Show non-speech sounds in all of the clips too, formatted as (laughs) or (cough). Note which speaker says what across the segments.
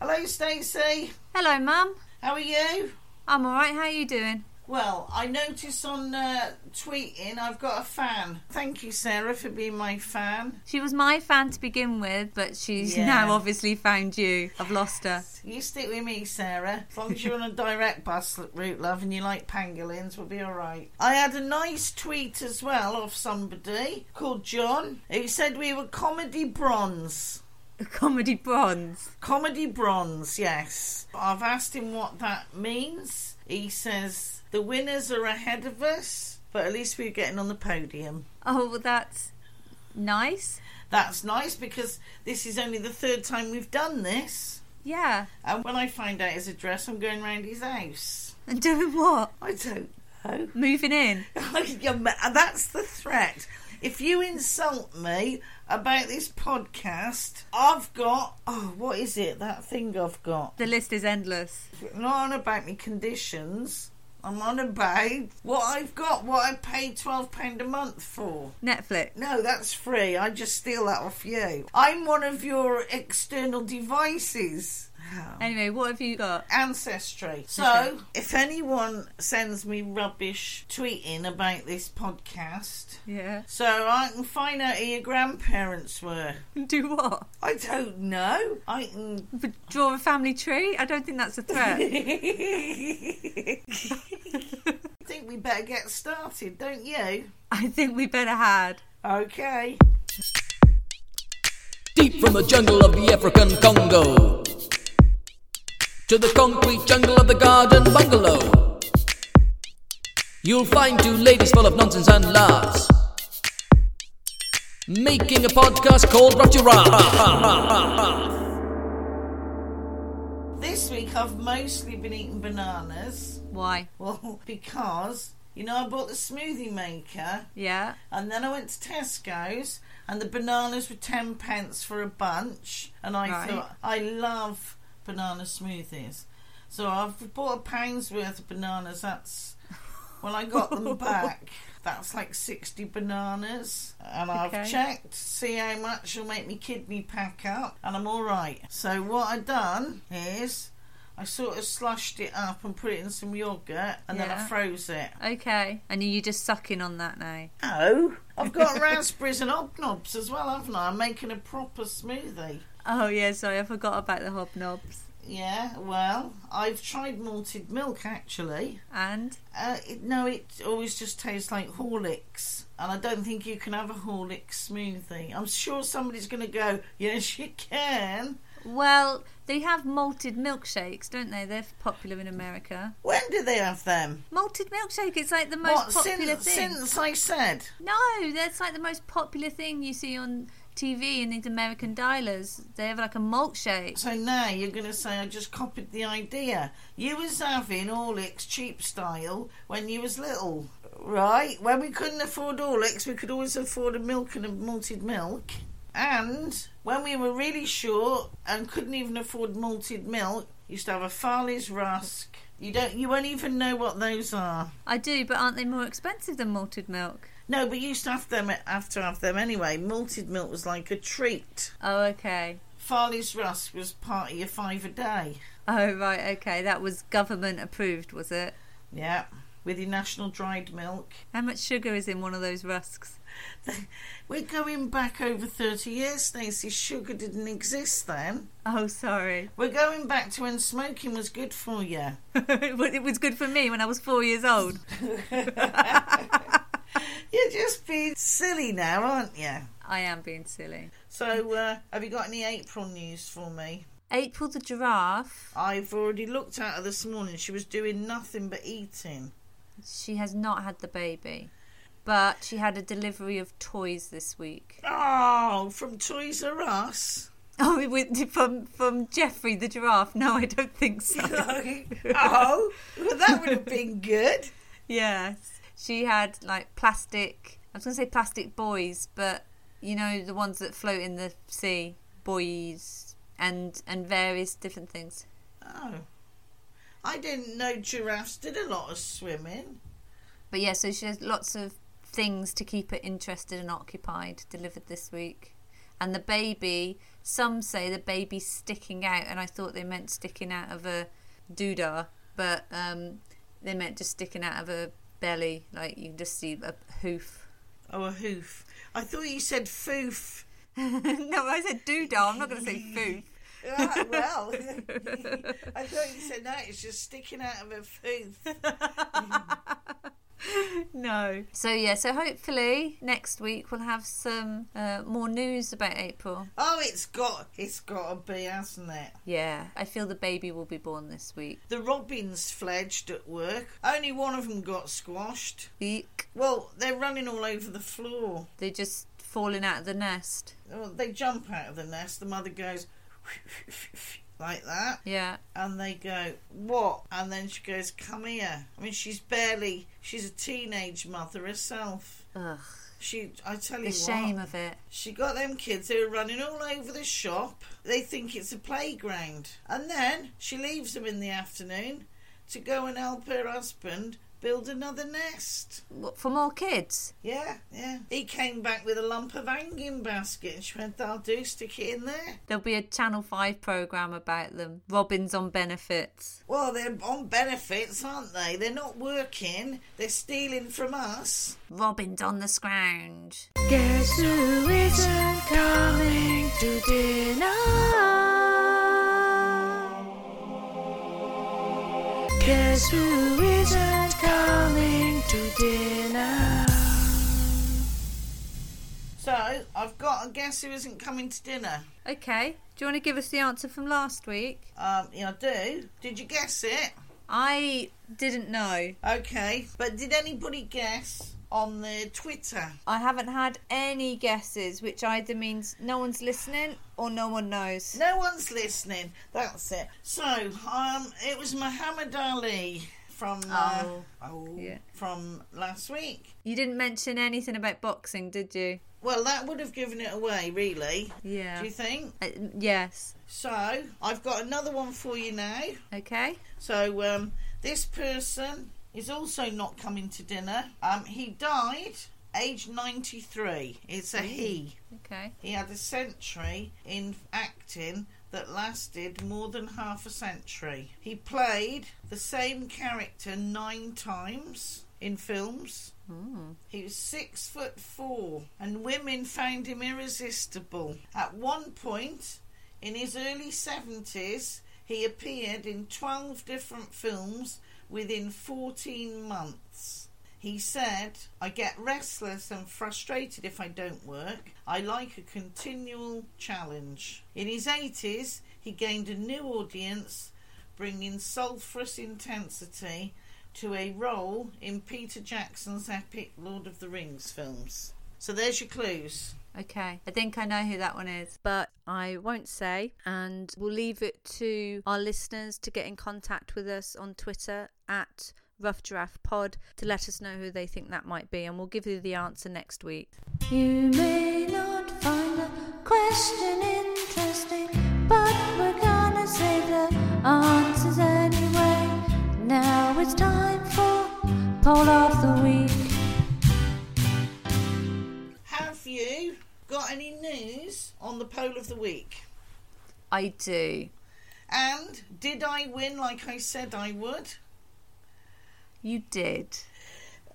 Speaker 1: Hello, Stacey.
Speaker 2: Hello, Mum.
Speaker 1: How are you?
Speaker 2: I'm all right. How are you doing?
Speaker 1: Well, I noticed on uh, tweeting I've got a fan. Thank you, Sarah, for being my fan.
Speaker 2: She was my fan to begin with, but she's
Speaker 1: Yeah.
Speaker 2: now obviously found you. I've lost her.
Speaker 1: You stick with me, Sarah. As long as you're on a direct bus l- route, love, and you like pangolins, we'll be all right. I had a nice tweet as well of somebody called John who said we were comedy bronze.
Speaker 2: (laughs) Comedy bronze.
Speaker 1: Comedy bronze, yes. I've asked him what that means. He says the winners are ahead of us, but at least we're getting on the podium.
Speaker 2: Oh, well, that's nice.
Speaker 1: That's nice because this is only the third time we've done this.
Speaker 2: Yeah.
Speaker 1: And when I find out his address, I'm going round his house.
Speaker 2: And (laughs) doing what?
Speaker 1: I don't (laughs) know.
Speaker 2: Moving in.
Speaker 1: You're ma- That's the threat. If you insult me about this podcast, I've got oh, what is it? That thing I've got.
Speaker 2: The list is endless.
Speaker 1: I'm not on about my conditions. I'm on about what I've got, what I paid twelve pound a month for.
Speaker 2: Netflix.
Speaker 1: No, that's free. I just steal that off you. I'm one of your external devices. Oh.
Speaker 2: Anyway, what have you got?
Speaker 1: Ancestry. So, if anyone sends me rubbish tweeting about this podcast,
Speaker 2: Yeah.
Speaker 1: so I can find out who your grandparents were.
Speaker 2: (laughs) Do what?
Speaker 1: I don't know. I can. (laughs)
Speaker 2: But Draw a family tree? I don't think that's a (laughs) threat.
Speaker 1: I think we better get started, don't you?
Speaker 2: I think we better had.
Speaker 1: Okay.
Speaker 3: Deep from the jungle of the African Congo to the concrete jungle of the garden bungalow, you'll find two ladies full of nonsense and laughs making a podcast called Rock
Speaker 1: This week I've mostly been eating bananas.
Speaker 2: Why?
Speaker 1: Well, (laughs) because you know I bought the smoothie maker,
Speaker 2: Yeah.
Speaker 1: and then I went to Tesco's, and the bananas were ten pence for a bunch, and I
Speaker 2: Right.
Speaker 1: thought I love banana smoothies, so I've bought a pound's worth of bananas. That's when I got
Speaker 2: (laughs)
Speaker 1: them back. That's like sixty bananas, and
Speaker 2: Okay.
Speaker 1: I've checked to see how much will make me kidney pack up, and I'm all right. So what I done is. I sort of slushed it up and put it in some yogurt and then I
Speaker 2: Yeah.
Speaker 1: froze it.
Speaker 2: Okay. And are you just sucking on that now?
Speaker 1: No, I've got raspberries and hobnobs as well, haven't I? I'm making a proper smoothie.
Speaker 2: Oh, yeah, sorry, I forgot about the hobnobs.
Speaker 1: Yeah, well, I've tried malted milk actually.
Speaker 2: And?
Speaker 1: Uh, it, no, it always just tastes like Horlicks, and I don't think you can have a Horlicks smoothie. I'm sure somebody's going to go, yes, you can.
Speaker 2: Well, they have malted milkshakes, don't they? They're popular in America.
Speaker 1: When do they have them?
Speaker 2: Malted milkshake is like the most popular
Speaker 1: since,
Speaker 2: thing.
Speaker 1: since I said?
Speaker 2: No, that's like the most popular thing you see on TV in these American dialers. They have like a malt shake.
Speaker 1: So now you're going to say I just copied the idea. You was having Horlicks cheap style when you was little, right? When we couldn't afford Horlicks, we could always afford a milk and a malted milk. And when we were really short and couldn't even afford malted milk, you used to have a Farley's Rusk. You don't. You won't even know what those are.
Speaker 2: I do, but aren't they more expensive than malted milk?
Speaker 1: No, but you used to have them. Have to have them anyway. Malted milk was like a treat.
Speaker 2: Oh, okay.
Speaker 1: Farley's Rusk was part of your five a day.
Speaker 2: Oh, right, okay. That was government approved, was it?
Speaker 1: Yeah, with your national dried milk.
Speaker 2: How much sugar is in one of those rusks?
Speaker 1: We're going back over 30 years, Stacey. Sugar didn't exist then.
Speaker 2: Oh, sorry. (laughs)
Speaker 1: We're going back to when smoking was good for you.
Speaker 2: it was good for me when I was four years old.
Speaker 1: You're just being silly now, aren't you?
Speaker 2: I am being silly.
Speaker 1: So, uh, have you got any April news for me?
Speaker 2: April the giraffe,
Speaker 1: I've already looked at her this morning. She was doing nothing but eating.
Speaker 2: she has not had the baby, but she had a delivery of toys this week. (laughs)
Speaker 1: Oh, from Toys R Us.
Speaker 2: Oh, it was from from Jeffrey the giraffe. No, I don't think so.
Speaker 1: oh, well, that would have been good.
Speaker 2: (laughs) yes, she had like plastic. I was going to say plastic boys, but you know the ones that float in the sea, buoys and and various different things.
Speaker 1: Oh. I didn't know giraffes did a lot of swimming.
Speaker 2: But yeah, so she has lots of things to keep her interested and occupied delivered this week. and the baby. Some say the baby's sticking out, and I thought they meant sticking out of a doodah, but um, they meant just sticking out of a belly, like you can just see a hoof. (laughs)
Speaker 1: Oh, a hoof. I thought you said foof.
Speaker 2: no, I said doodah. I'm not going to say foof.
Speaker 1: Ah, (laughs) well, I thought you said no, it's just sticking out of a foof.
Speaker 2: (laughs) no. So yeah. So hopefully next week we'll have some uh, more news about April.
Speaker 1: Oh, it's got it's got to be, hasn't it?
Speaker 2: Yeah. I feel the baby will be born this week.
Speaker 1: The robins fledged at work. Only one of them got squashed.
Speaker 2: Eek.
Speaker 1: Well, they're running all over the floor.
Speaker 2: They're just falling out of the nest.
Speaker 1: Well, they jump out of the nest. The mother goes (laughs) like that,
Speaker 2: Yeah.
Speaker 1: and they go what? And then she goes, "Come here." I mean, she's barely she's a teenage mother herself.
Speaker 2: Ugh.
Speaker 1: She, I tell you
Speaker 2: The
Speaker 1: what,
Speaker 2: shame of it.
Speaker 1: She got them kids who are running all over the shop. They think it's a playground. And then she leaves them in the afternoon to go and help her husband build another nest.
Speaker 2: What, for more kids?
Speaker 1: Yeah, yeah. He came back with a lump of hanging basket and she went, I'll do, stick it in there.
Speaker 2: There'll be a Channel Five program about them. Robins on benefits.
Speaker 1: Well, they're on benefits, aren't they? They're not working, they're stealing from us.
Speaker 2: Robins on the scrounge.
Speaker 4: Guess who isn't coming to dinner? Guess who isn't coming to dinner?
Speaker 1: So, I've got a guess who isn't coming to dinner.
Speaker 2: Okay. Do you want to give us the answer from last week?
Speaker 1: Um, yeah, I do. Did you guess it?
Speaker 2: I didn't know.
Speaker 1: Okay, but did anybody guess on the Twitter?
Speaker 2: I haven't had any guesses, which either means no one's listening or no one knows.
Speaker 1: No one's listening. That's it. So, um, it was Muhammad Ali from uh,
Speaker 2: Oh.
Speaker 1: oh,
Speaker 2: Yeah.
Speaker 1: from last week.
Speaker 2: You didn't mention anything about boxing, did you?
Speaker 1: Well, that would have given it away, really.
Speaker 2: Yeah.
Speaker 1: Do you think?
Speaker 2: Uh, yes.
Speaker 1: So, I've got another one for you now.
Speaker 2: Okay.
Speaker 1: So, um, this person is also not coming to dinner. Um, he died aged 93. It's a he.
Speaker 2: Okay.
Speaker 1: He had a century in acting that lasted more than half a century. He played the same character nine times in films. He was six foot four, and women found him irresistible. At one point, in his early 70s, he appeared in 12 different films within 14 months. He said, I get restless and frustrated if I don't work. I like a continual challenge. In his 80s, he gained a new audience, bringing sulphurous intensity to a role in Peter Jackson's epic Lord of the Rings films. So there's your clues.
Speaker 2: Okay. I think I know who that one is, but I won't say. And we'll leave it to our listeners to get in contact with us on Twitter at Rough Giraffe Pod to let us know who they think that might be, and we'll give you the answer next week.
Speaker 4: You may not find the question interesting, but we're gonna say the answers anyway. Now it's time for Poll of the Week.
Speaker 1: Have you got any news on the poll of the week?
Speaker 2: I do.
Speaker 1: And did I win like I said I would?
Speaker 2: You did.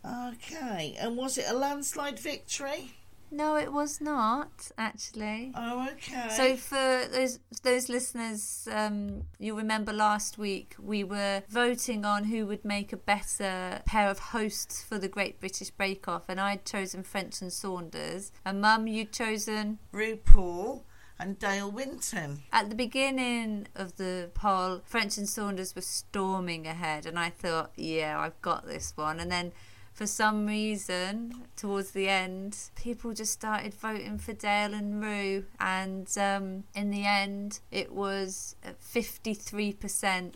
Speaker 1: Okay. And was it a landslide victory?
Speaker 2: No, it was not actually.
Speaker 1: Oh, okay.
Speaker 2: So for those those listeners, um, you remember last week we were voting on who would make a better pair of hosts for the Great British Bake Off, and I'd chosen French and Saunders, and Mum, you'd chosen.
Speaker 1: RuPaul and Dale Winton.
Speaker 2: At the beginning of the poll, French and Saunders were storming ahead, and I thought, yeah, I've got this one. And then, for some reason, towards the end, people just started voting for Dale and Rue, and um, in the end, it was fifty-three percent.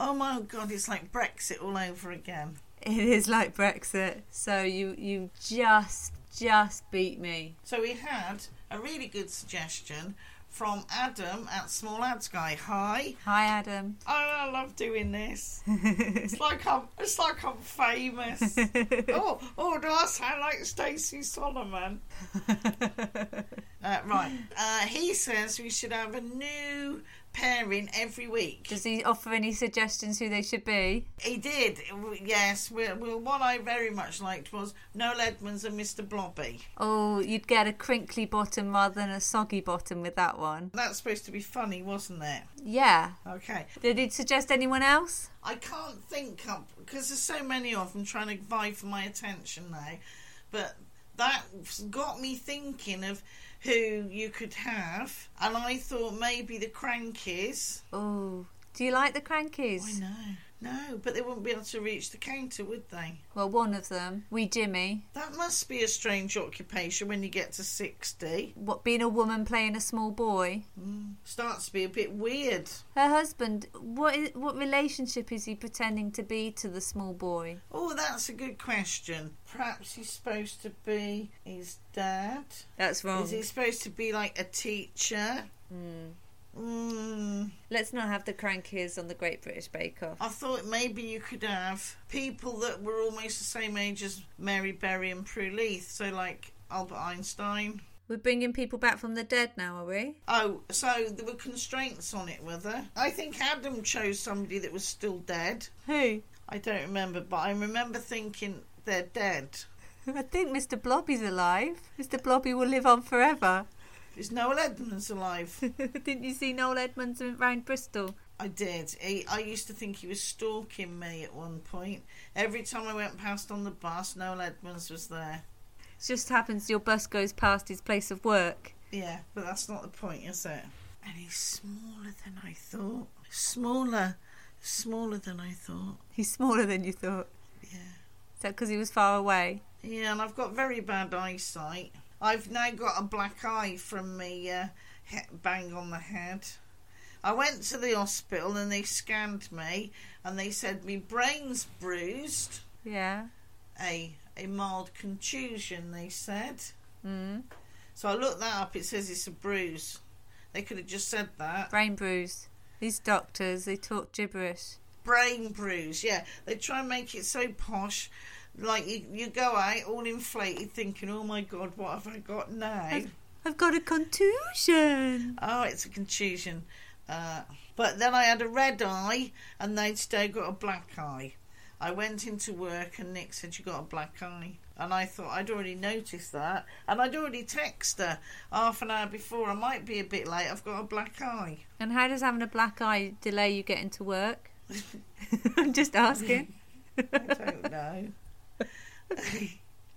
Speaker 1: Oh my God! It's like Brexit all over again.
Speaker 2: It is like Brexit. So you you just just beat me.
Speaker 1: So we had a really good suggestion from Adam at Small Ads Guy. Hi.
Speaker 2: Hi, Adam.
Speaker 1: Oh, I love doing this. It's like I'm, it's like I'm famous. oh, oh, do I sound like Stacey Solomon? Uh, right. Uh, he says we should have a new pairing every week.
Speaker 2: Does he offer any suggestions who they should be?
Speaker 1: He did, w- yes. Well, well, what I very much liked was Noel Edmonds and Mr. Blobby.
Speaker 2: Oh, you'd get a crinkly bottom rather than a soggy bottom with that one.
Speaker 1: That's supposed to be funny, wasn't it?
Speaker 2: Yeah.
Speaker 1: Okay.
Speaker 2: Did he suggest anyone else?
Speaker 1: I can't think up because there's so many of them trying to vie for my attention now. But that got me thinking of who you could have, and I thought maybe the Crankies.
Speaker 2: Oh, do you like the
Speaker 1: Oh, I
Speaker 2: Crankies?
Speaker 1: know. No, but they wouldn't be able to reach the counter, would they?
Speaker 2: Well, one of them, Wee Jimmy.
Speaker 1: That must be a strange occupation when you get to 60.
Speaker 2: What being a woman playing a small boy?
Speaker 1: Starts to be a bit weird.
Speaker 2: Her husband. What is, what relationship is he pretending to be to the small boy?
Speaker 1: Oh, that's a good question. Perhaps he's supposed to be his dad.
Speaker 2: That's wrong.
Speaker 1: Is he supposed to be like a teacher? Mm,
Speaker 2: Let's not have the Crankies on the Great British Bake Off.
Speaker 1: I thought maybe you could have people that were almost the same age as Mary Berry and Prue Leith. So, like Albert Einstein.
Speaker 2: We're bringing people back from the dead now, are we?
Speaker 1: Oh, so there were constraints on it, were there? I think Adam chose somebody that was still dead.
Speaker 2: Who?
Speaker 1: I don't remember, but I remember thinking they're dead.
Speaker 2: I think Mr. Blobby's alive. Mr. Blobby will live on forever.
Speaker 1: Is Noel Edmonds alive?
Speaker 2: (laughs) Didn't you see Noel Edmonds around Bristol?
Speaker 1: I did. He, I used to think he was stalking me at one point. Every time I went past on the bus, Noel Edmonds was there.
Speaker 2: It just happens your bus goes past his place of work.
Speaker 1: Yeah, but that's not the point, is it? And he's smaller than I thought. Smaller. Smaller than I thought.
Speaker 2: He's smaller than you thought.
Speaker 1: Yeah.
Speaker 2: Is that because he was far away?
Speaker 1: Yeah, and I've got very bad eyesight. I've now got a black eye from me uh, he- bang on the head. I went to the hospital and they scanned me and they said my brain's bruised,
Speaker 2: Yeah.
Speaker 1: a a mild contusion. They said.
Speaker 2: Mm.
Speaker 1: So I looked that up. It says it's a bruise. They could have just said that.
Speaker 2: Brain bruise. These doctors, they talk gibberish.
Speaker 1: Brain bruise. Yeah, they try and make it so posh. Like you, you go out all inflated, thinking, "Oh my god, what have I got now?"
Speaker 2: I've got a contusion.
Speaker 1: Oh, it's a contusion. Uh, but then I had a red eye, and they'd still got a black eye. I went into work, and Nick said, You got a black eye. And I thought, I'd already noticed that. And I'd already texted her half an hour before, I might be a bit late, I've got a black eye.
Speaker 2: And how does having a black eye delay you getting to work? (laughs) I'm just asking.
Speaker 1: I don't know. (laughs)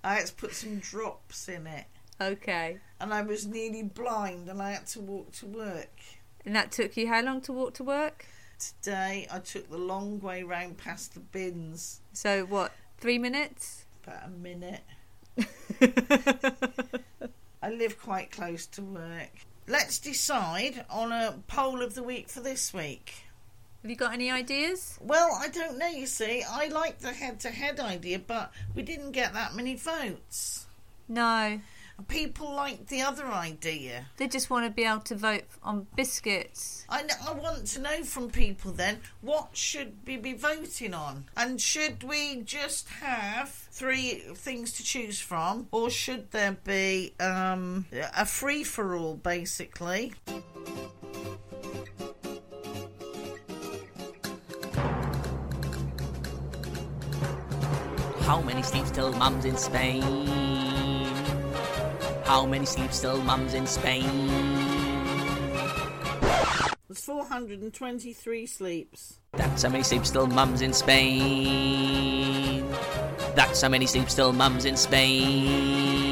Speaker 1: I had to put some drops in it.
Speaker 2: okay.
Speaker 1: And I was nearly blind, and I had to walk to work.
Speaker 2: And that took you how long to walk to work?
Speaker 1: Today, I took the long way round past the bins,
Speaker 2: So what? Three minutes?
Speaker 1: about a minute. I live quite close to work. Let's decide on a poll of the week for this week.
Speaker 2: Have you got any ideas?
Speaker 1: Well, I don't know, you see. I like the head to head idea, but we didn't get that many votes.
Speaker 2: No.
Speaker 1: People liked the other idea.
Speaker 2: They just want to be able to vote on biscuits.
Speaker 1: I, kn- I want to know from people then what should we be voting on? And should we just have three things to choose from, or should there be um, a free for all basically?
Speaker 3: How many sleeps till mum's in Spain? How many sleeps till mum's in Spain?
Speaker 1: There's 423 sleeps.
Speaker 3: That's how many sleeps till mum's in Spain. That's how many sleeps till mum's in Spain.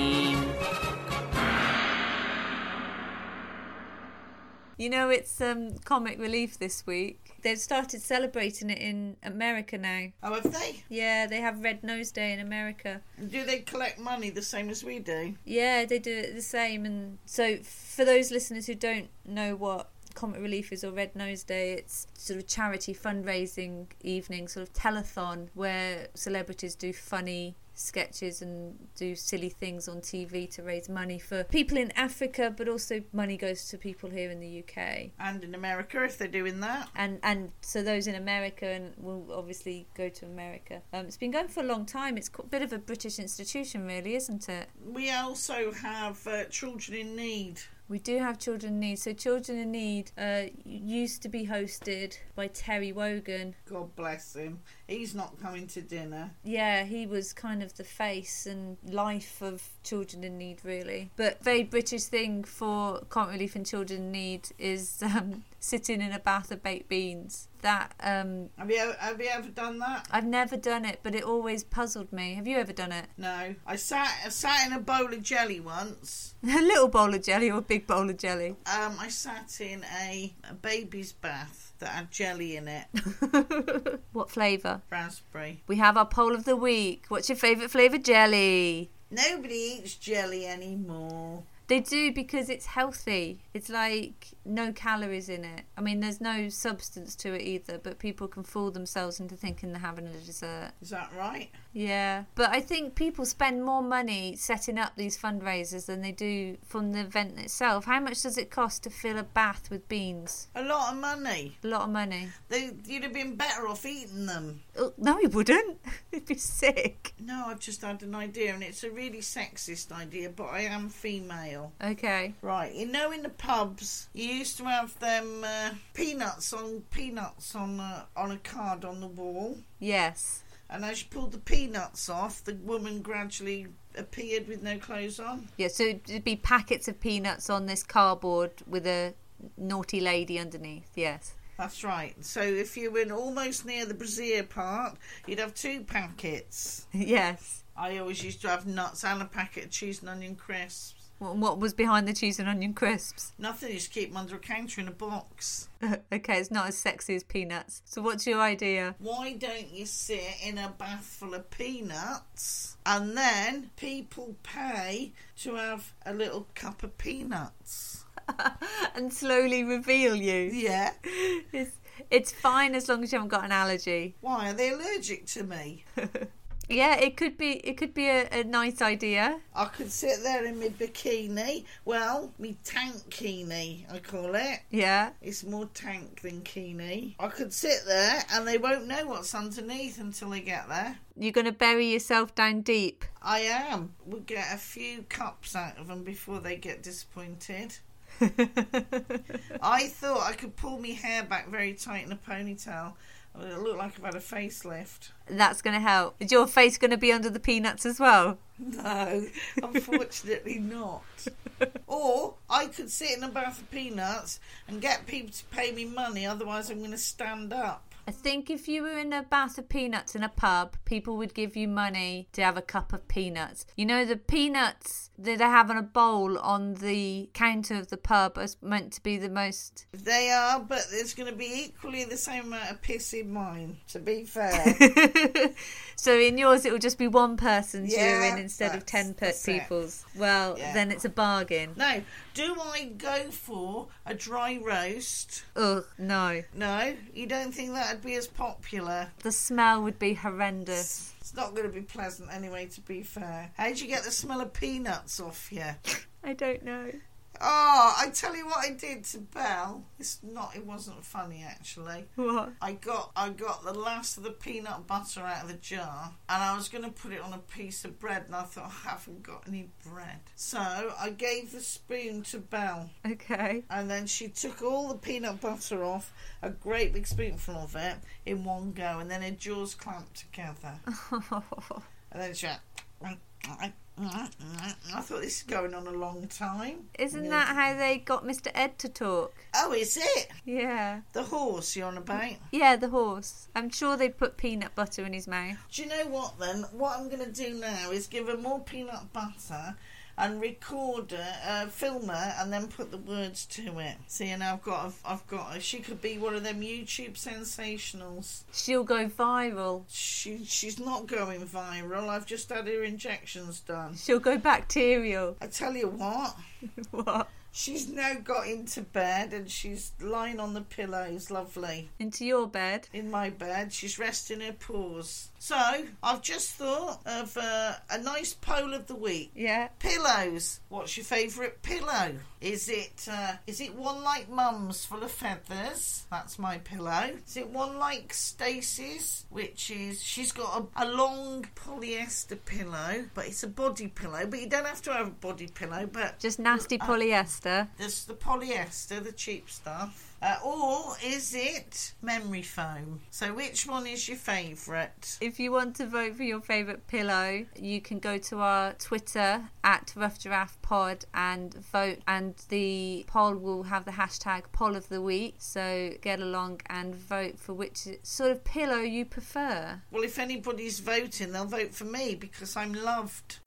Speaker 2: You know, it's um, comic relief this week. They've started celebrating it in America now.
Speaker 1: Oh, have they?
Speaker 2: Yeah, they have Red Nose Day in America.
Speaker 1: Do they collect money the same as we do?
Speaker 2: Yeah, they do it the same. And so, for those listeners who don't know what Comic Relief is or Red Nose Day, it's sort of charity fundraising evening, sort of telethon where celebrities do funny sketches and do silly things on TV to raise money for people in Africa, but also money goes to people here in the UK.
Speaker 1: And in America, if they're doing that.
Speaker 2: And and so those in America and will obviously go to America. Um, it's been going for a long time. It's a bit of a British institution, really, isn't it?
Speaker 1: We also have uh, Children in Need.
Speaker 2: We do have Children in Need. So Children in Need uh, used to be hosted by Terry Wogan.
Speaker 1: God bless him. He's not coming to dinner.
Speaker 2: Yeah, he was kind of the face and life of Children in Need, really. But very British thing for Can't Relief and Children in Need is (laughs) um, sitting in a bath of baked beans. That um,
Speaker 1: Have you e-, have you ever done that?
Speaker 2: I've never done it, but it always puzzled me. Have you ever done it? (laughs)
Speaker 1: No. I sat I sat in a bowl of jelly once.
Speaker 2: a little bowl of jelly or a big bowl of jelly? (laughs)
Speaker 1: Um, I sat in a, a baby's bath that had jelly in it,
Speaker 2: what flavour?
Speaker 1: raspberry.
Speaker 2: We have our poll of the week. What's your favourite flavour jelly?
Speaker 1: Nobody eats jelly anymore.
Speaker 2: They do because it's healthy. It's like no calories in it. I mean, there's no substance to it either, but people can fool themselves into thinking they're having a dessert.
Speaker 1: Is that right?
Speaker 2: Yeah. But I think people spend more money setting up these fundraisers than they do from the event itself. How much does it cost to fill a bath with beans?
Speaker 1: A lot of money.
Speaker 2: A lot of money.
Speaker 1: They, you'd have been better off eating them.
Speaker 2: Oh, no, it wouldn't. (laughs) It'd be sick.
Speaker 1: No, I've just had an idea, and it's a really sexist idea, but I am female.
Speaker 2: Okay.
Speaker 1: Right, you know, in the pubs, you used to have them uh, peanuts on peanuts on a, on a card on the wall,
Speaker 2: Yes.
Speaker 1: and as you pulled the peanuts off, the woman gradually appeared with no clothes on.
Speaker 2: Yeah, so it'd be packets of peanuts on this cardboard with a naughty lady underneath. Yes.
Speaker 1: That's right. So if you were almost near the brassiere part, you'd have two packets.
Speaker 2: yes.
Speaker 1: I always used to have nuts and a packet of cheese and onion crisps.
Speaker 2: What, what was behind the cheese and onion crisps? (laughs)
Speaker 1: Nothing, you just keep them under a counter in a box.
Speaker 2: okay, it's not as sexy as peanuts. So, what's your idea?
Speaker 1: Why don't you sit in a bath full of peanuts and then people pay to have a little cup of peanuts?
Speaker 2: (laughs) and slowly reveal you.
Speaker 1: Yeah.
Speaker 2: It's, it's fine as long as you haven't got an allergy. (laughs)
Speaker 1: Why are they allergic to me?
Speaker 2: Yeah, it could be. It could be a, a nice idea.
Speaker 1: I could sit there in my bikini. Well, me tankini, I call it.
Speaker 2: Yeah.
Speaker 1: It's more tank than keenie. I could sit there and they won't know what's underneath until they get there.
Speaker 2: You're going to bury yourself down deep. (laughs)
Speaker 1: I am. We'll get a few cups out of them before they get disappointed. I thought I could pull my hair back very tight in a ponytail. It looked like I've had a facelift.
Speaker 2: That's going to help. Is your face going to be under the peanuts as well?
Speaker 1: (laughs) No, unfortunately not. Or I could sit in a bath of peanuts and get people to pay me money, otherwise, I'm going to stand up.
Speaker 2: I think if you were in a bath of peanuts in a pub, people would give you money to have a cup of peanuts. You know, the peanuts that they have on a bowl on the counter of the pub are meant to be the most. (laughs)
Speaker 1: They are, but there's going to be equally the same amount of piss in mine, to be
Speaker 2: (laughs)
Speaker 1: fair.
Speaker 2: so in yours, it will just be one person's
Speaker 1: Yeah,
Speaker 2: urine instead of
Speaker 1: that's-
Speaker 2: 10 per-
Speaker 1: that's it.
Speaker 2: people's. Well,
Speaker 1: Yeah.
Speaker 2: then it's a bargain.
Speaker 1: no, do I go for a dry roast?
Speaker 2: Ugh, no.
Speaker 1: No, you don't think that'd be as popular?
Speaker 2: The smell would be horrendous.
Speaker 1: It's not going to be pleasant anyway, to be fair. How'd you get the smell of peanuts off you?
Speaker 2: I don't know.
Speaker 1: Oh, I tell you what I did to Belle. It's not, it wasn't funny actually.
Speaker 2: What?
Speaker 1: I got I got the last of the peanut butter out of the jar, and I was going to put it on a piece of bread, and I thought I haven't got any bread, so I gave the spoon to Belle,
Speaker 2: Okay. (laughs)
Speaker 1: and then she took all the peanut butter off a great big spoonful of it in one go, and then her jaws clamped together, and then she. went, I thought this is going on a long time.
Speaker 2: Isn't that how they got Mr. Ed to talk?
Speaker 1: Oh, is it?
Speaker 2: Yeah.
Speaker 1: The horse you're on about?
Speaker 2: Yeah, the horse. I'm sure they put peanut butter in his mouth.
Speaker 1: Do you know what then? What I'm going to do now is give her more peanut butter and record her, uh, film her, and then put the words to it. See, and I've got, I've, I've got. She could be one of them YouTube sensationals.
Speaker 2: She'll go viral.
Speaker 1: She, she's not going viral. I've just had her injections done.
Speaker 2: She'll go bacterial. (laughs)
Speaker 1: I tell you what,
Speaker 2: what?
Speaker 1: She's now got into bed and she's lying on the pillows, lovely.
Speaker 2: Into your bed.
Speaker 1: in my bed. She's resting her paws. So I've just thought of uh, a nice poll of the week.
Speaker 2: Yeah.
Speaker 1: Pillows. What's your favourite pillow? Is it uh, is it one like Mum's full of feathers? That's my pillow. Is it one like Stacy's, which is she's got a, a long polyester pillow, but it's a body pillow. But you don't have to have a body pillow. But
Speaker 2: Just nasty polyester.
Speaker 1: there's the polyester, the cheap stuff. Uh, or is it memory foam? So, which one is your favourite?
Speaker 2: If you want to vote for your favourite pillow, you can go to our Twitter at Rough Giraffe Pod and vote. And the poll will have the hashtag poll of the week. So get along and vote for which sort of pillow you prefer.
Speaker 1: Well, if anybody's voting, they'll vote for me because I'm loved.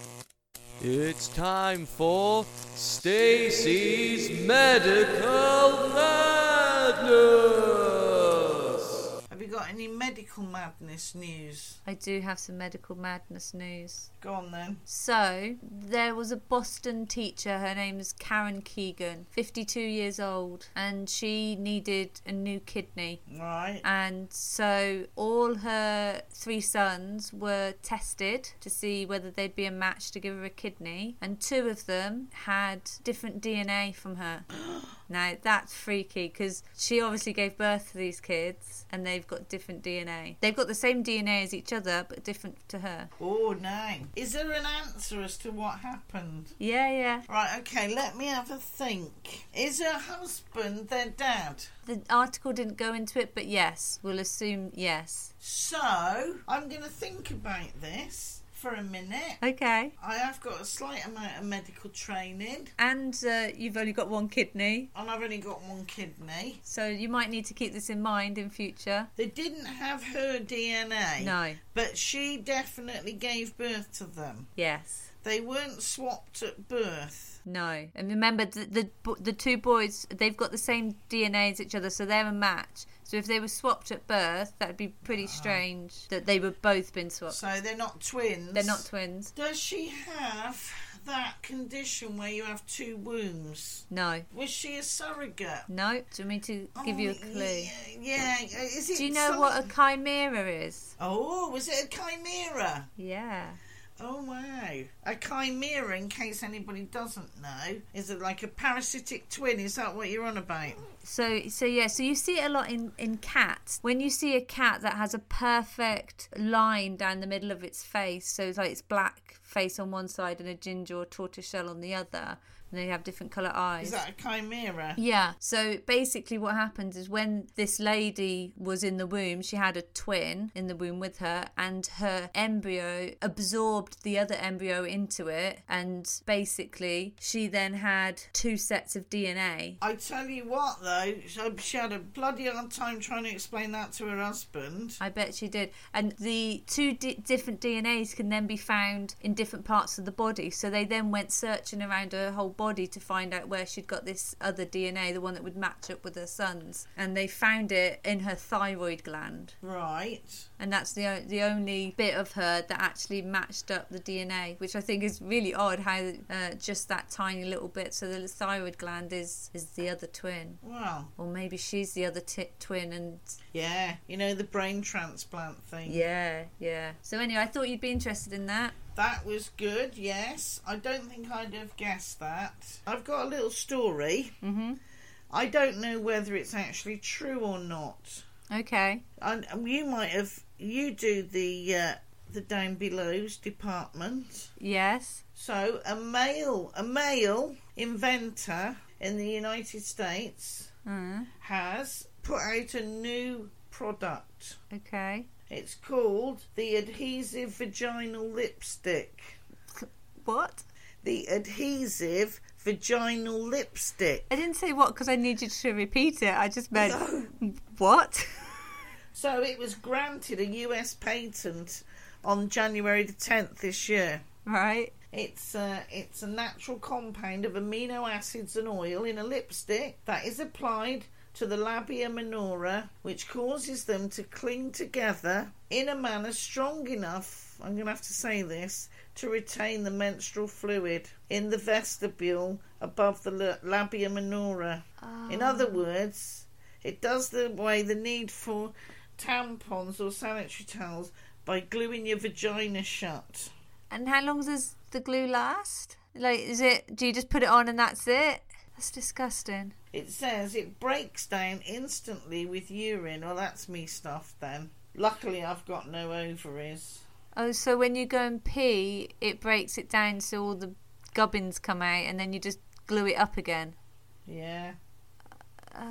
Speaker 5: It's time for Stacy's Medical Madness.
Speaker 1: Have you got any medical madness news?
Speaker 2: I do have some medical madness news.
Speaker 1: Go on then.
Speaker 2: So, there was a Boston teacher, her name is Karen Keegan, 52 years old, and she needed a new kidney.
Speaker 1: Right.
Speaker 2: And so all her three sons were tested to see whether they'd be a match to give her a kidney, and two of them had different DNA from her. now that's freaky because she obviously gave birth to these kids and they've got different DNA. They've got the same DNA as each other but different to her.
Speaker 1: Oh, no. Is there an answer as to what happened?
Speaker 2: Yeah, yeah.
Speaker 1: Right, okay, let me have a think. Is her husband their dad?
Speaker 2: The article didn't go into it, but yes, we'll assume yes.
Speaker 1: So, I'm going to think about this for a minute.
Speaker 2: Okay.
Speaker 1: I have got a slight amount of medical training,
Speaker 2: And uh, you've only got one kidney,
Speaker 1: and I've only got one kidney.
Speaker 2: so you might need to keep this in mind in future.
Speaker 1: They didn't have her DNA,
Speaker 2: No.
Speaker 1: but she definitely gave birth to them.
Speaker 2: Yes.
Speaker 1: They weren't swapped at birth.
Speaker 2: No. And remember, the, the bo- the two boys they've got the same DNA as each other, so they're a match. So if they were swapped at birth, that'd be
Speaker 1: Ah.
Speaker 2: pretty strange that they were both been swapped.
Speaker 1: So they're not twins.
Speaker 2: They're not twins.
Speaker 1: Does she have that condition where you have two wombs?
Speaker 2: No.
Speaker 1: Was she a surrogate?
Speaker 2: No. Do you want me to give you a
Speaker 1: Oh,
Speaker 2: clue?
Speaker 1: Yeah, yeah. Is it
Speaker 2: Do you know what a
Speaker 1: something-
Speaker 2: chimera is?
Speaker 1: Oh, was it a chimera?
Speaker 2: Yeah.
Speaker 1: Oh wow! A chimera, in case anybody doesn't know, is it like a parasitic twin? Is that what you're on about?
Speaker 2: So so yeah, so you see it a lot in in cats. When you see a cat that has a perfect line down the middle of its face, so it's like it's black face on one side and a ginger or tortoise shell on the other, and they have different color eyes.
Speaker 1: Is that a chimera?
Speaker 2: Yeah. So basically, what happens is when this lady was in the womb, she had a twin in the womb with her, and her embryo absorbed the other embryo into it. And basically, she then had two sets of DNA.
Speaker 1: I tell you what, though, she- she had a bloody hard time trying to explain that to her husband.
Speaker 2: I bet she did. And the two di different DNAs can then be found in different parts of the body. So they then went searching around her whole body to find out where she'd got this other DNA, the one that would match up with her son's. And they found it in her thyroid gland.
Speaker 1: Right.
Speaker 2: And that's the, o- the only bit of her that actually matched up the DNA, which I think is really odd how uh, just that tiny little bit. So the thyroid gland is, is the other twin.
Speaker 1: Well,
Speaker 2: Or maybe she's the other t- twin and
Speaker 1: yeah. You know, the brain transplant thing.
Speaker 2: Yeah, yeah. So anyway, I thought you'd be interested in that.
Speaker 1: That was good, yes. I don't think I'd have guessed that. I've got a little story. Mm-hmm. I don't know whether it's actually true or not.
Speaker 2: Okay.
Speaker 1: And and you might have you do the uh, the down belows department.
Speaker 2: Yes.
Speaker 1: So a male a male inventor in the United States
Speaker 2: Mm.
Speaker 1: has put out a new product.
Speaker 2: Okay.
Speaker 1: It's called the adhesive vaginal lipstick.
Speaker 2: What?
Speaker 1: The adhesive vaginal lipstick.
Speaker 2: I didn't say what because I need you to repeat it. I just meant (laughs) what?
Speaker 1: So it was granted a US patent on January the 10th this year.
Speaker 2: right.
Speaker 1: It's a, it's a natural compound of amino acids and oil in a lipstick that is applied to the labia minora, which causes them to cling together in a manner strong enough, I'm going to have to say this, to retain the menstrual fluid in the vestibule above the la- labia minora. In other words, it does the way the need for tampons or sanitary towels by gluing your vagina shut.
Speaker 2: And how long does the glue last? Like, is it? Do you just put it on and that's it? That's disgusting.
Speaker 1: It says it breaks down instantly with urine. Well, that's me stuff then. Luckily, I've got no ovaries.
Speaker 2: Oh, so when you go and pee, it breaks it down so all the gubbins come out, and then you just glue it up again.
Speaker 1: Yeah.
Speaker 2: Ah.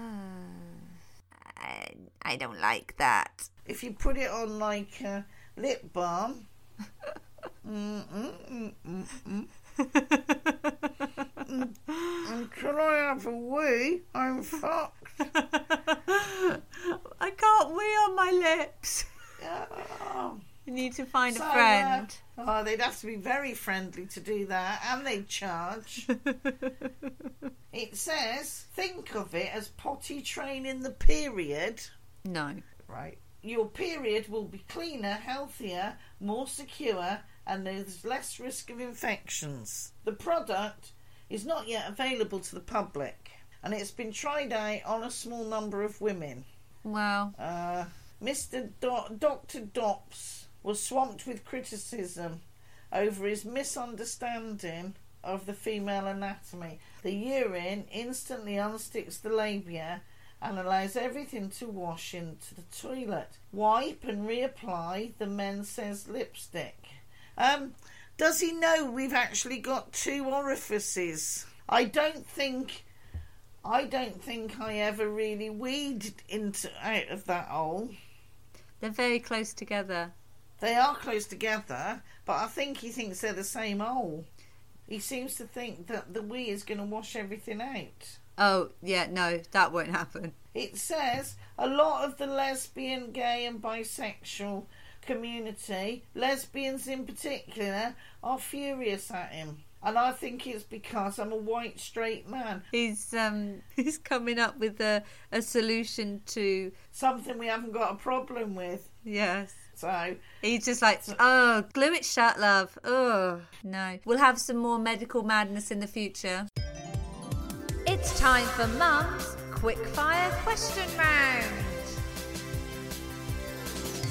Speaker 2: I, I don't like that. (laughs)
Speaker 1: If you put it on like a lip balm. (laughs) Mm-mm-mm-mm-mm. Until I have a wee, I'm fucked.
Speaker 2: I can't wee on my lips. (laughs)
Speaker 1: Oh.
Speaker 2: You need to find
Speaker 1: So,
Speaker 2: a
Speaker 1: uh,
Speaker 2: friend.
Speaker 1: oh, they'd have to be very friendly to do that, and they charge. it says, think of it as potty training the period.
Speaker 2: No.
Speaker 1: right? Your period will be cleaner, healthier, more secure, and there's less risk of infections. The product is not yet available to the public, and it's been tried out on a small number of women.
Speaker 2: Well,
Speaker 1: Uh, Mr. Do- Dr. Dops was swamped with criticism over his misunderstanding of the female anatomy. The urine instantly unsticks the labia and allows everything to wash into the toilet. Wipe and reapply the men says lipstick. Um, does he know we've actually got two orifices? I don't think I don't think I ever really weed into out of that hole.
Speaker 2: they're very close together.
Speaker 1: They are close together, but I think he thinks they're the same hole. He seems to think that the wee is going to wash everything out.
Speaker 2: Oh, yeah, no, that won't happen.
Speaker 1: It says a lot of the lesbian, gay, and bisexual community, lesbians in particular, are furious at him. And I think it's because I'm a white, straight man.
Speaker 2: He's um (laughs) he's coming up with a, a solution to
Speaker 1: Something we haven't got a problem with.
Speaker 2: yes.
Speaker 1: So,
Speaker 2: He's just like, oh, glue it shut, love. Oh, no. We'll have some more medical madness in the future.
Speaker 4: It's time for Mum's Quickfire Question Round.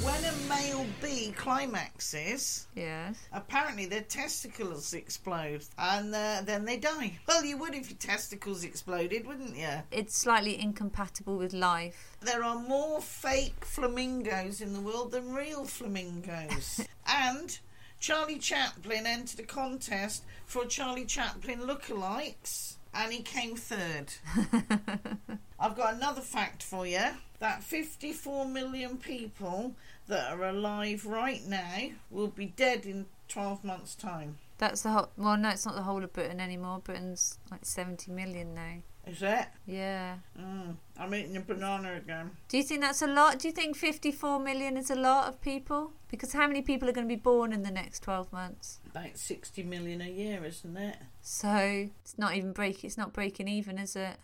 Speaker 1: when a male bee climaxes,
Speaker 2: Yes.
Speaker 1: apparently their testicles explode and uh, then they die. Well, you would if your testicles exploded, wouldn't you?
Speaker 2: It's slightly incompatible with life.
Speaker 1: There are more fake flamingos in the world than real flamingos. and Charlie Chaplin entered a contest for Charlie Chaplin lookalikes and he came third. I've got another fact for you that 54 million people that are alive right now will be dead in 12 months' time.
Speaker 2: That's the whole. Well, no, it's not the whole of Britain anymore. Britain's like 70 million now.
Speaker 1: Is it?
Speaker 2: Yeah.
Speaker 1: Mm, I'm eating a banana again.
Speaker 2: Do you think that's a lot? Do you think 54 million is a lot of people? Because how many people are going to be born in the next 12 months?
Speaker 1: About 60 million a year, isn't it?
Speaker 2: So it's not even break. It's not breaking even, is it?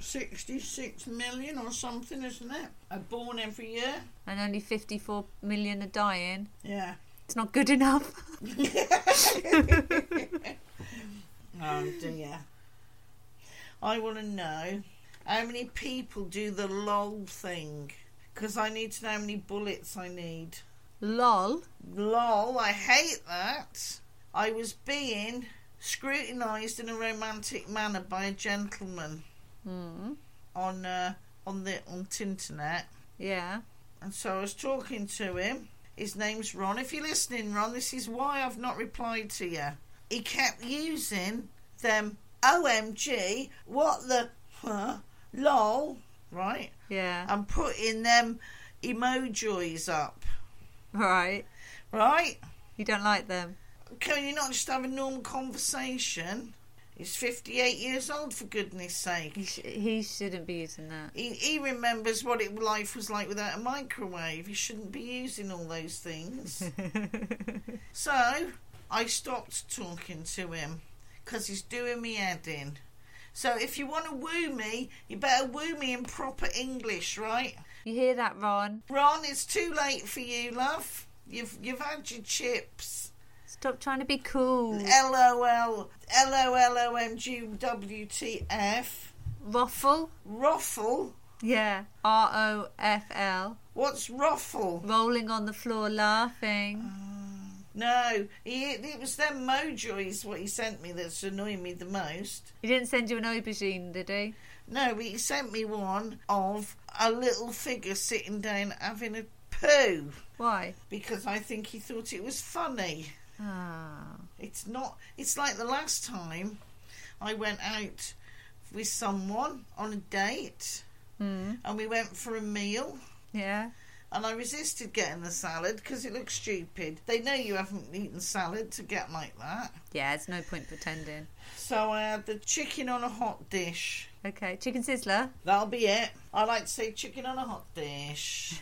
Speaker 1: 66 million or something, isn't it? Are born every year?
Speaker 2: And only 54 million are dying.
Speaker 1: Yeah.
Speaker 2: It's not good enough. (laughs)
Speaker 1: Oh dear. I want to know how many people do the lol thing because I need to know how many bullets I need.
Speaker 2: Lol.
Speaker 1: Lol, I hate that. I was being scrutinised in a romantic manner by a gentleman
Speaker 2: Mm.
Speaker 1: on uh, on the on Tinternet.
Speaker 2: Yeah.
Speaker 1: And so I was talking to him. His name's Ron. If you're listening, Ron, this is why I've not replied to you. He kept using them OMG, what the huh, lol, right?
Speaker 2: Yeah.
Speaker 1: And putting them emojis up,
Speaker 2: right.
Speaker 1: right?
Speaker 2: You don't like them.
Speaker 1: Can you not just have a normal conversation? He's 58 years old, for goodness
Speaker 2: He,
Speaker 1: sake.
Speaker 2: sh- he shouldn't be using that.
Speaker 1: He, he remembers what it, life was like without a microwave. He shouldn't be using all those things. So I stopped talking to him because he's doing me head in. So if you want to woo me, you better woo me in proper English, right?
Speaker 2: You hear that, Ron?
Speaker 1: Ron, it's too late for you, love. You've you've had your chips.
Speaker 2: Stop trying to be cool.
Speaker 1: LOL, LOLOMGWTF.
Speaker 2: Ruffle?
Speaker 1: Ruffle?
Speaker 2: Yeah. R O F L.
Speaker 1: What's ruffle?
Speaker 2: Rolling on the floor laughing.
Speaker 1: No, he, it was them mojoys what he sent me that's annoying me the most.
Speaker 2: He didn't send you an aubergine, did he?
Speaker 1: No, but he sent me one of a little figure sitting down having a poo
Speaker 2: Why?
Speaker 1: because I think he thought it was funny.
Speaker 2: Ah.
Speaker 1: It's not. It's like the last time I went out with someone on a date
Speaker 2: Hmm.
Speaker 1: and we went for a meal.
Speaker 2: Yeah.
Speaker 1: And I resisted getting the salad because it looks stupid. They know you haven't eaten salad to get like that.
Speaker 2: Yeah, there's no point pretending.
Speaker 1: So I had the chicken on a hot dish.
Speaker 2: Okay. Chicken sizzler?
Speaker 1: That'll be it. I like to say chicken on a hot dish.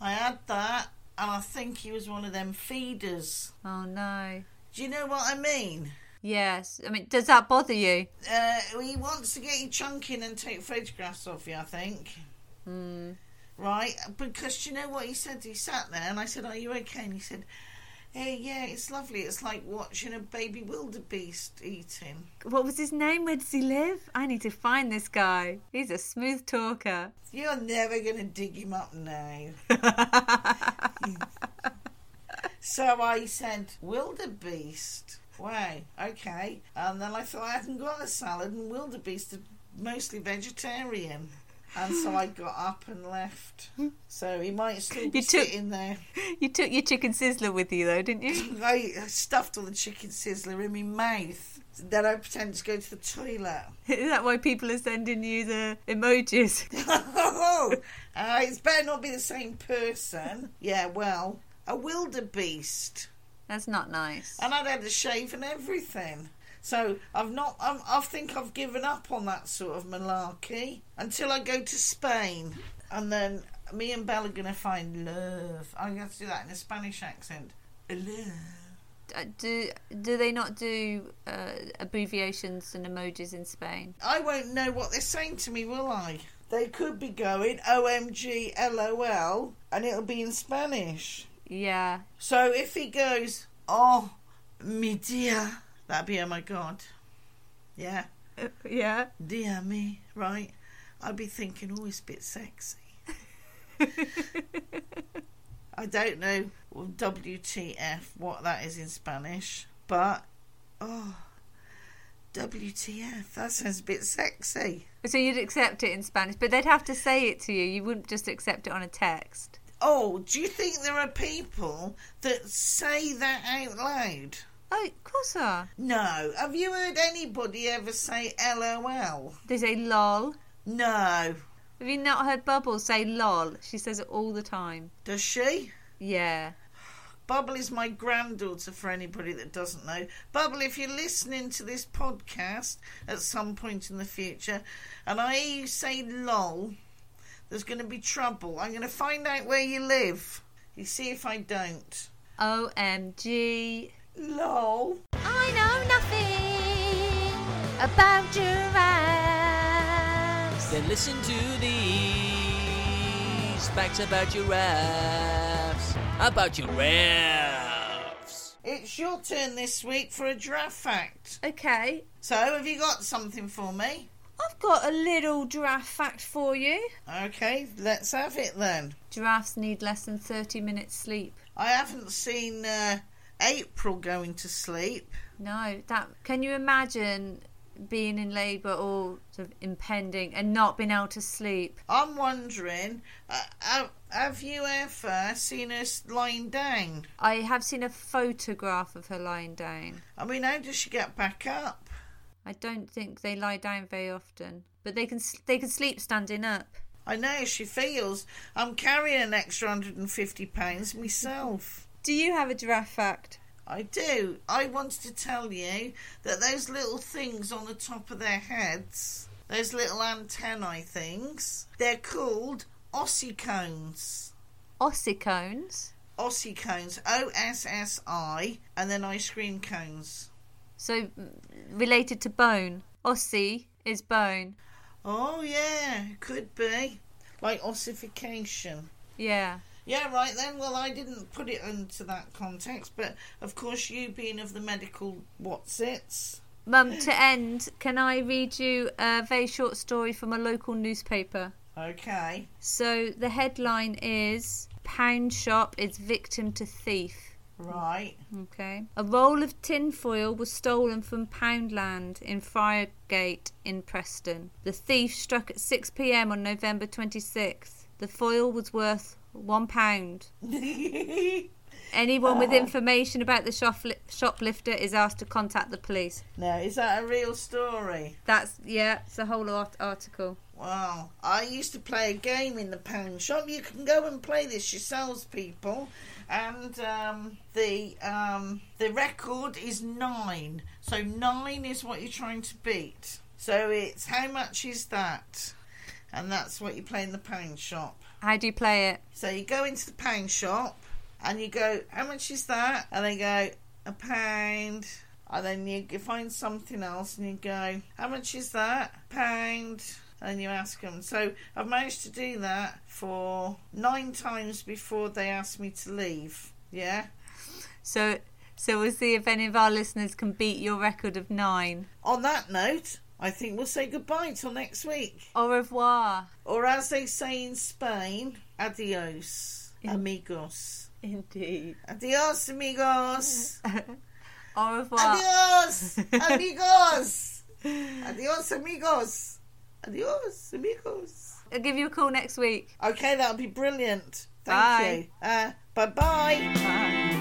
Speaker 1: I had that, and I think he was one of them feeders.
Speaker 2: oh, no.
Speaker 1: Do you know what I mean?
Speaker 2: Yes. I mean, does that bother you?
Speaker 1: Uh, he wants to get you chunking and take photographs of you, I think.
Speaker 2: Hmm.
Speaker 1: Right? Because do you know what he said? He sat there and I said, Are you okay? And he said, Hey, yeah, it's lovely. It's like watching a baby wildebeest eating.
Speaker 2: What was his name? Where does he live? I need to find this guy. He's a smooth (laughs) talker.
Speaker 1: You're never going to dig him up now. So I said, Wildebeest. Wow, okay. And then I thought I hadn't got a salad, and wildebeest are mostly vegetarian. And so I got up and left. So he might still be
Speaker 2: You took-
Speaker 1: sitting there.
Speaker 2: you took your chicken sizzler with you, though, didn't you?
Speaker 1: I stuffed all the chicken sizzler in my mouth. Then I pretended to go to the toilet. (laughs)
Speaker 2: (laughs) Is that why people are sending you the emojis? (laughs)
Speaker 1: oh, uh, it's better not be the same person. Yeah, well, a wildebeest.
Speaker 2: That's not nice.
Speaker 1: and I'd had a shave and everything. So I've not. I'm, I think I've given up on that sort of malarkey until I go to Spain, and then me and Belle are gonna find love. I'm gonna have to do that in a Spanish accent. Love.
Speaker 2: Uh, Do do they not do uh, abbreviations and emojis in Spain?
Speaker 1: I won't know what they're saying to me, will I? They could be going OMG LOL, and it'll be in Spanish.
Speaker 2: Yeah.
Speaker 1: So if he goes, oh, mi dear, that'd be oh my god. Yeah.
Speaker 2: Uh, yeah. (laughs)
Speaker 1: Dear me, right? I'd be thinking, oh, it's a bit sexy. I don't know WTF, what that is in Spanish, but oh, WTF, that sounds a bit sexy.
Speaker 2: So you'd accept it in Spanish, but they'd have to say it to you. You wouldn't just accept it on a text.
Speaker 1: Oh, do you think there are people that say that out loud?
Speaker 2: Oh, of course are.
Speaker 1: No. Have you heard anybody ever say LOL?
Speaker 2: They say lol.
Speaker 1: No.
Speaker 2: Have you not heard Bubble say lol? She says it all the time.
Speaker 1: Does she?
Speaker 2: Yeah.
Speaker 1: Bubble is my granddaughter for anybody that doesn't know. Bubble, if you're listening to this podcast at some point in the future and I hear you say lol, there's going to be trouble. I'm going to find out where you live. You see if I don't.
Speaker 2: OMG.
Speaker 1: Lol.
Speaker 4: I know nothing about giraffes.
Speaker 3: Then listen to these facts about giraffes. About giraffes.
Speaker 1: It's your turn this week for a giraffe fact.
Speaker 2: Okay.
Speaker 1: So, have you got something for me?
Speaker 2: I've got a little giraffe fact for you.
Speaker 1: Okay, let's have it then.
Speaker 2: Giraffes need less than 30 minutes sleep.
Speaker 1: I haven't seen uh, April going to sleep.
Speaker 2: No, that can you imagine being in labour or sort of impending and not being able to sleep?
Speaker 1: I'm wondering, uh, have, have you ever seen us lying down?
Speaker 2: I have seen a photograph of her lying down.
Speaker 1: I mean, how does she get back up?
Speaker 2: I don't think they lie down very often, but they can s- they can sleep standing up.
Speaker 1: I know she feels. I'm carrying an extra 150 pounds myself.
Speaker 2: Do you have a giraffe fact?
Speaker 1: I do. I wanted to tell you that those little things on the top of their heads, those little antennae things, they're called ossicones.
Speaker 2: Ossicones.
Speaker 1: Ossicones, O S S I, and then ice cream cones.
Speaker 2: So mm, related to bone. Aussie is bone.
Speaker 1: Oh, yeah, could be. Like ossification.
Speaker 2: Yeah.
Speaker 1: Yeah, right then. Well, I didn't put it into that context, but of course, you being of the medical what's it's.
Speaker 2: Mum, to end, can I read you a very short story from a local newspaper?
Speaker 1: Okay.
Speaker 2: So the headline is Pound Shop is Victim to Thief.
Speaker 1: Right. (laughs)
Speaker 2: Okay. A roll of tinfoil was stolen from Poundland in Friargate in Preston. The thief struck at 6 pm on November 26th. The foil was worth £1.
Speaker 1: no,
Speaker 2: Anyone with information about the shopli- shoplifter is asked to contact the police.
Speaker 1: is that a real story?
Speaker 2: That's, yeah, it's a whole art- article.
Speaker 1: Wow. I used to play a game in the pound shop. You can go and play this yourselves, people. And um, the um, the record is nine. So nine is what you're trying to beat. So it's how much is that? And that's what you play in the pound shop.
Speaker 2: How do you play it?
Speaker 1: So you go into the pound shop and you go, how much is that? And they go, a pound. And then you you find something else and you go, how much is that? Pound. And you ask them. So I've managed to do that for nine times before they asked me to leave. Yeah.
Speaker 2: So, so we'll see if any of our listeners can beat your record of nine.
Speaker 1: On that note, I think we'll say goodbye till next week.
Speaker 2: Au revoir.
Speaker 1: Or as they say in Spain, adios, amigos.
Speaker 2: Indeed.
Speaker 1: Adios, amigos.
Speaker 2: Au revoir.
Speaker 1: Adiós, amigos. Adiós, amigos. Adiós, amigos.
Speaker 2: I'll give you a call next week.
Speaker 1: Okay, that'll be brilliant. Thank
Speaker 2: Bye.
Speaker 1: you. Uh, bye bye.
Speaker 2: Bye.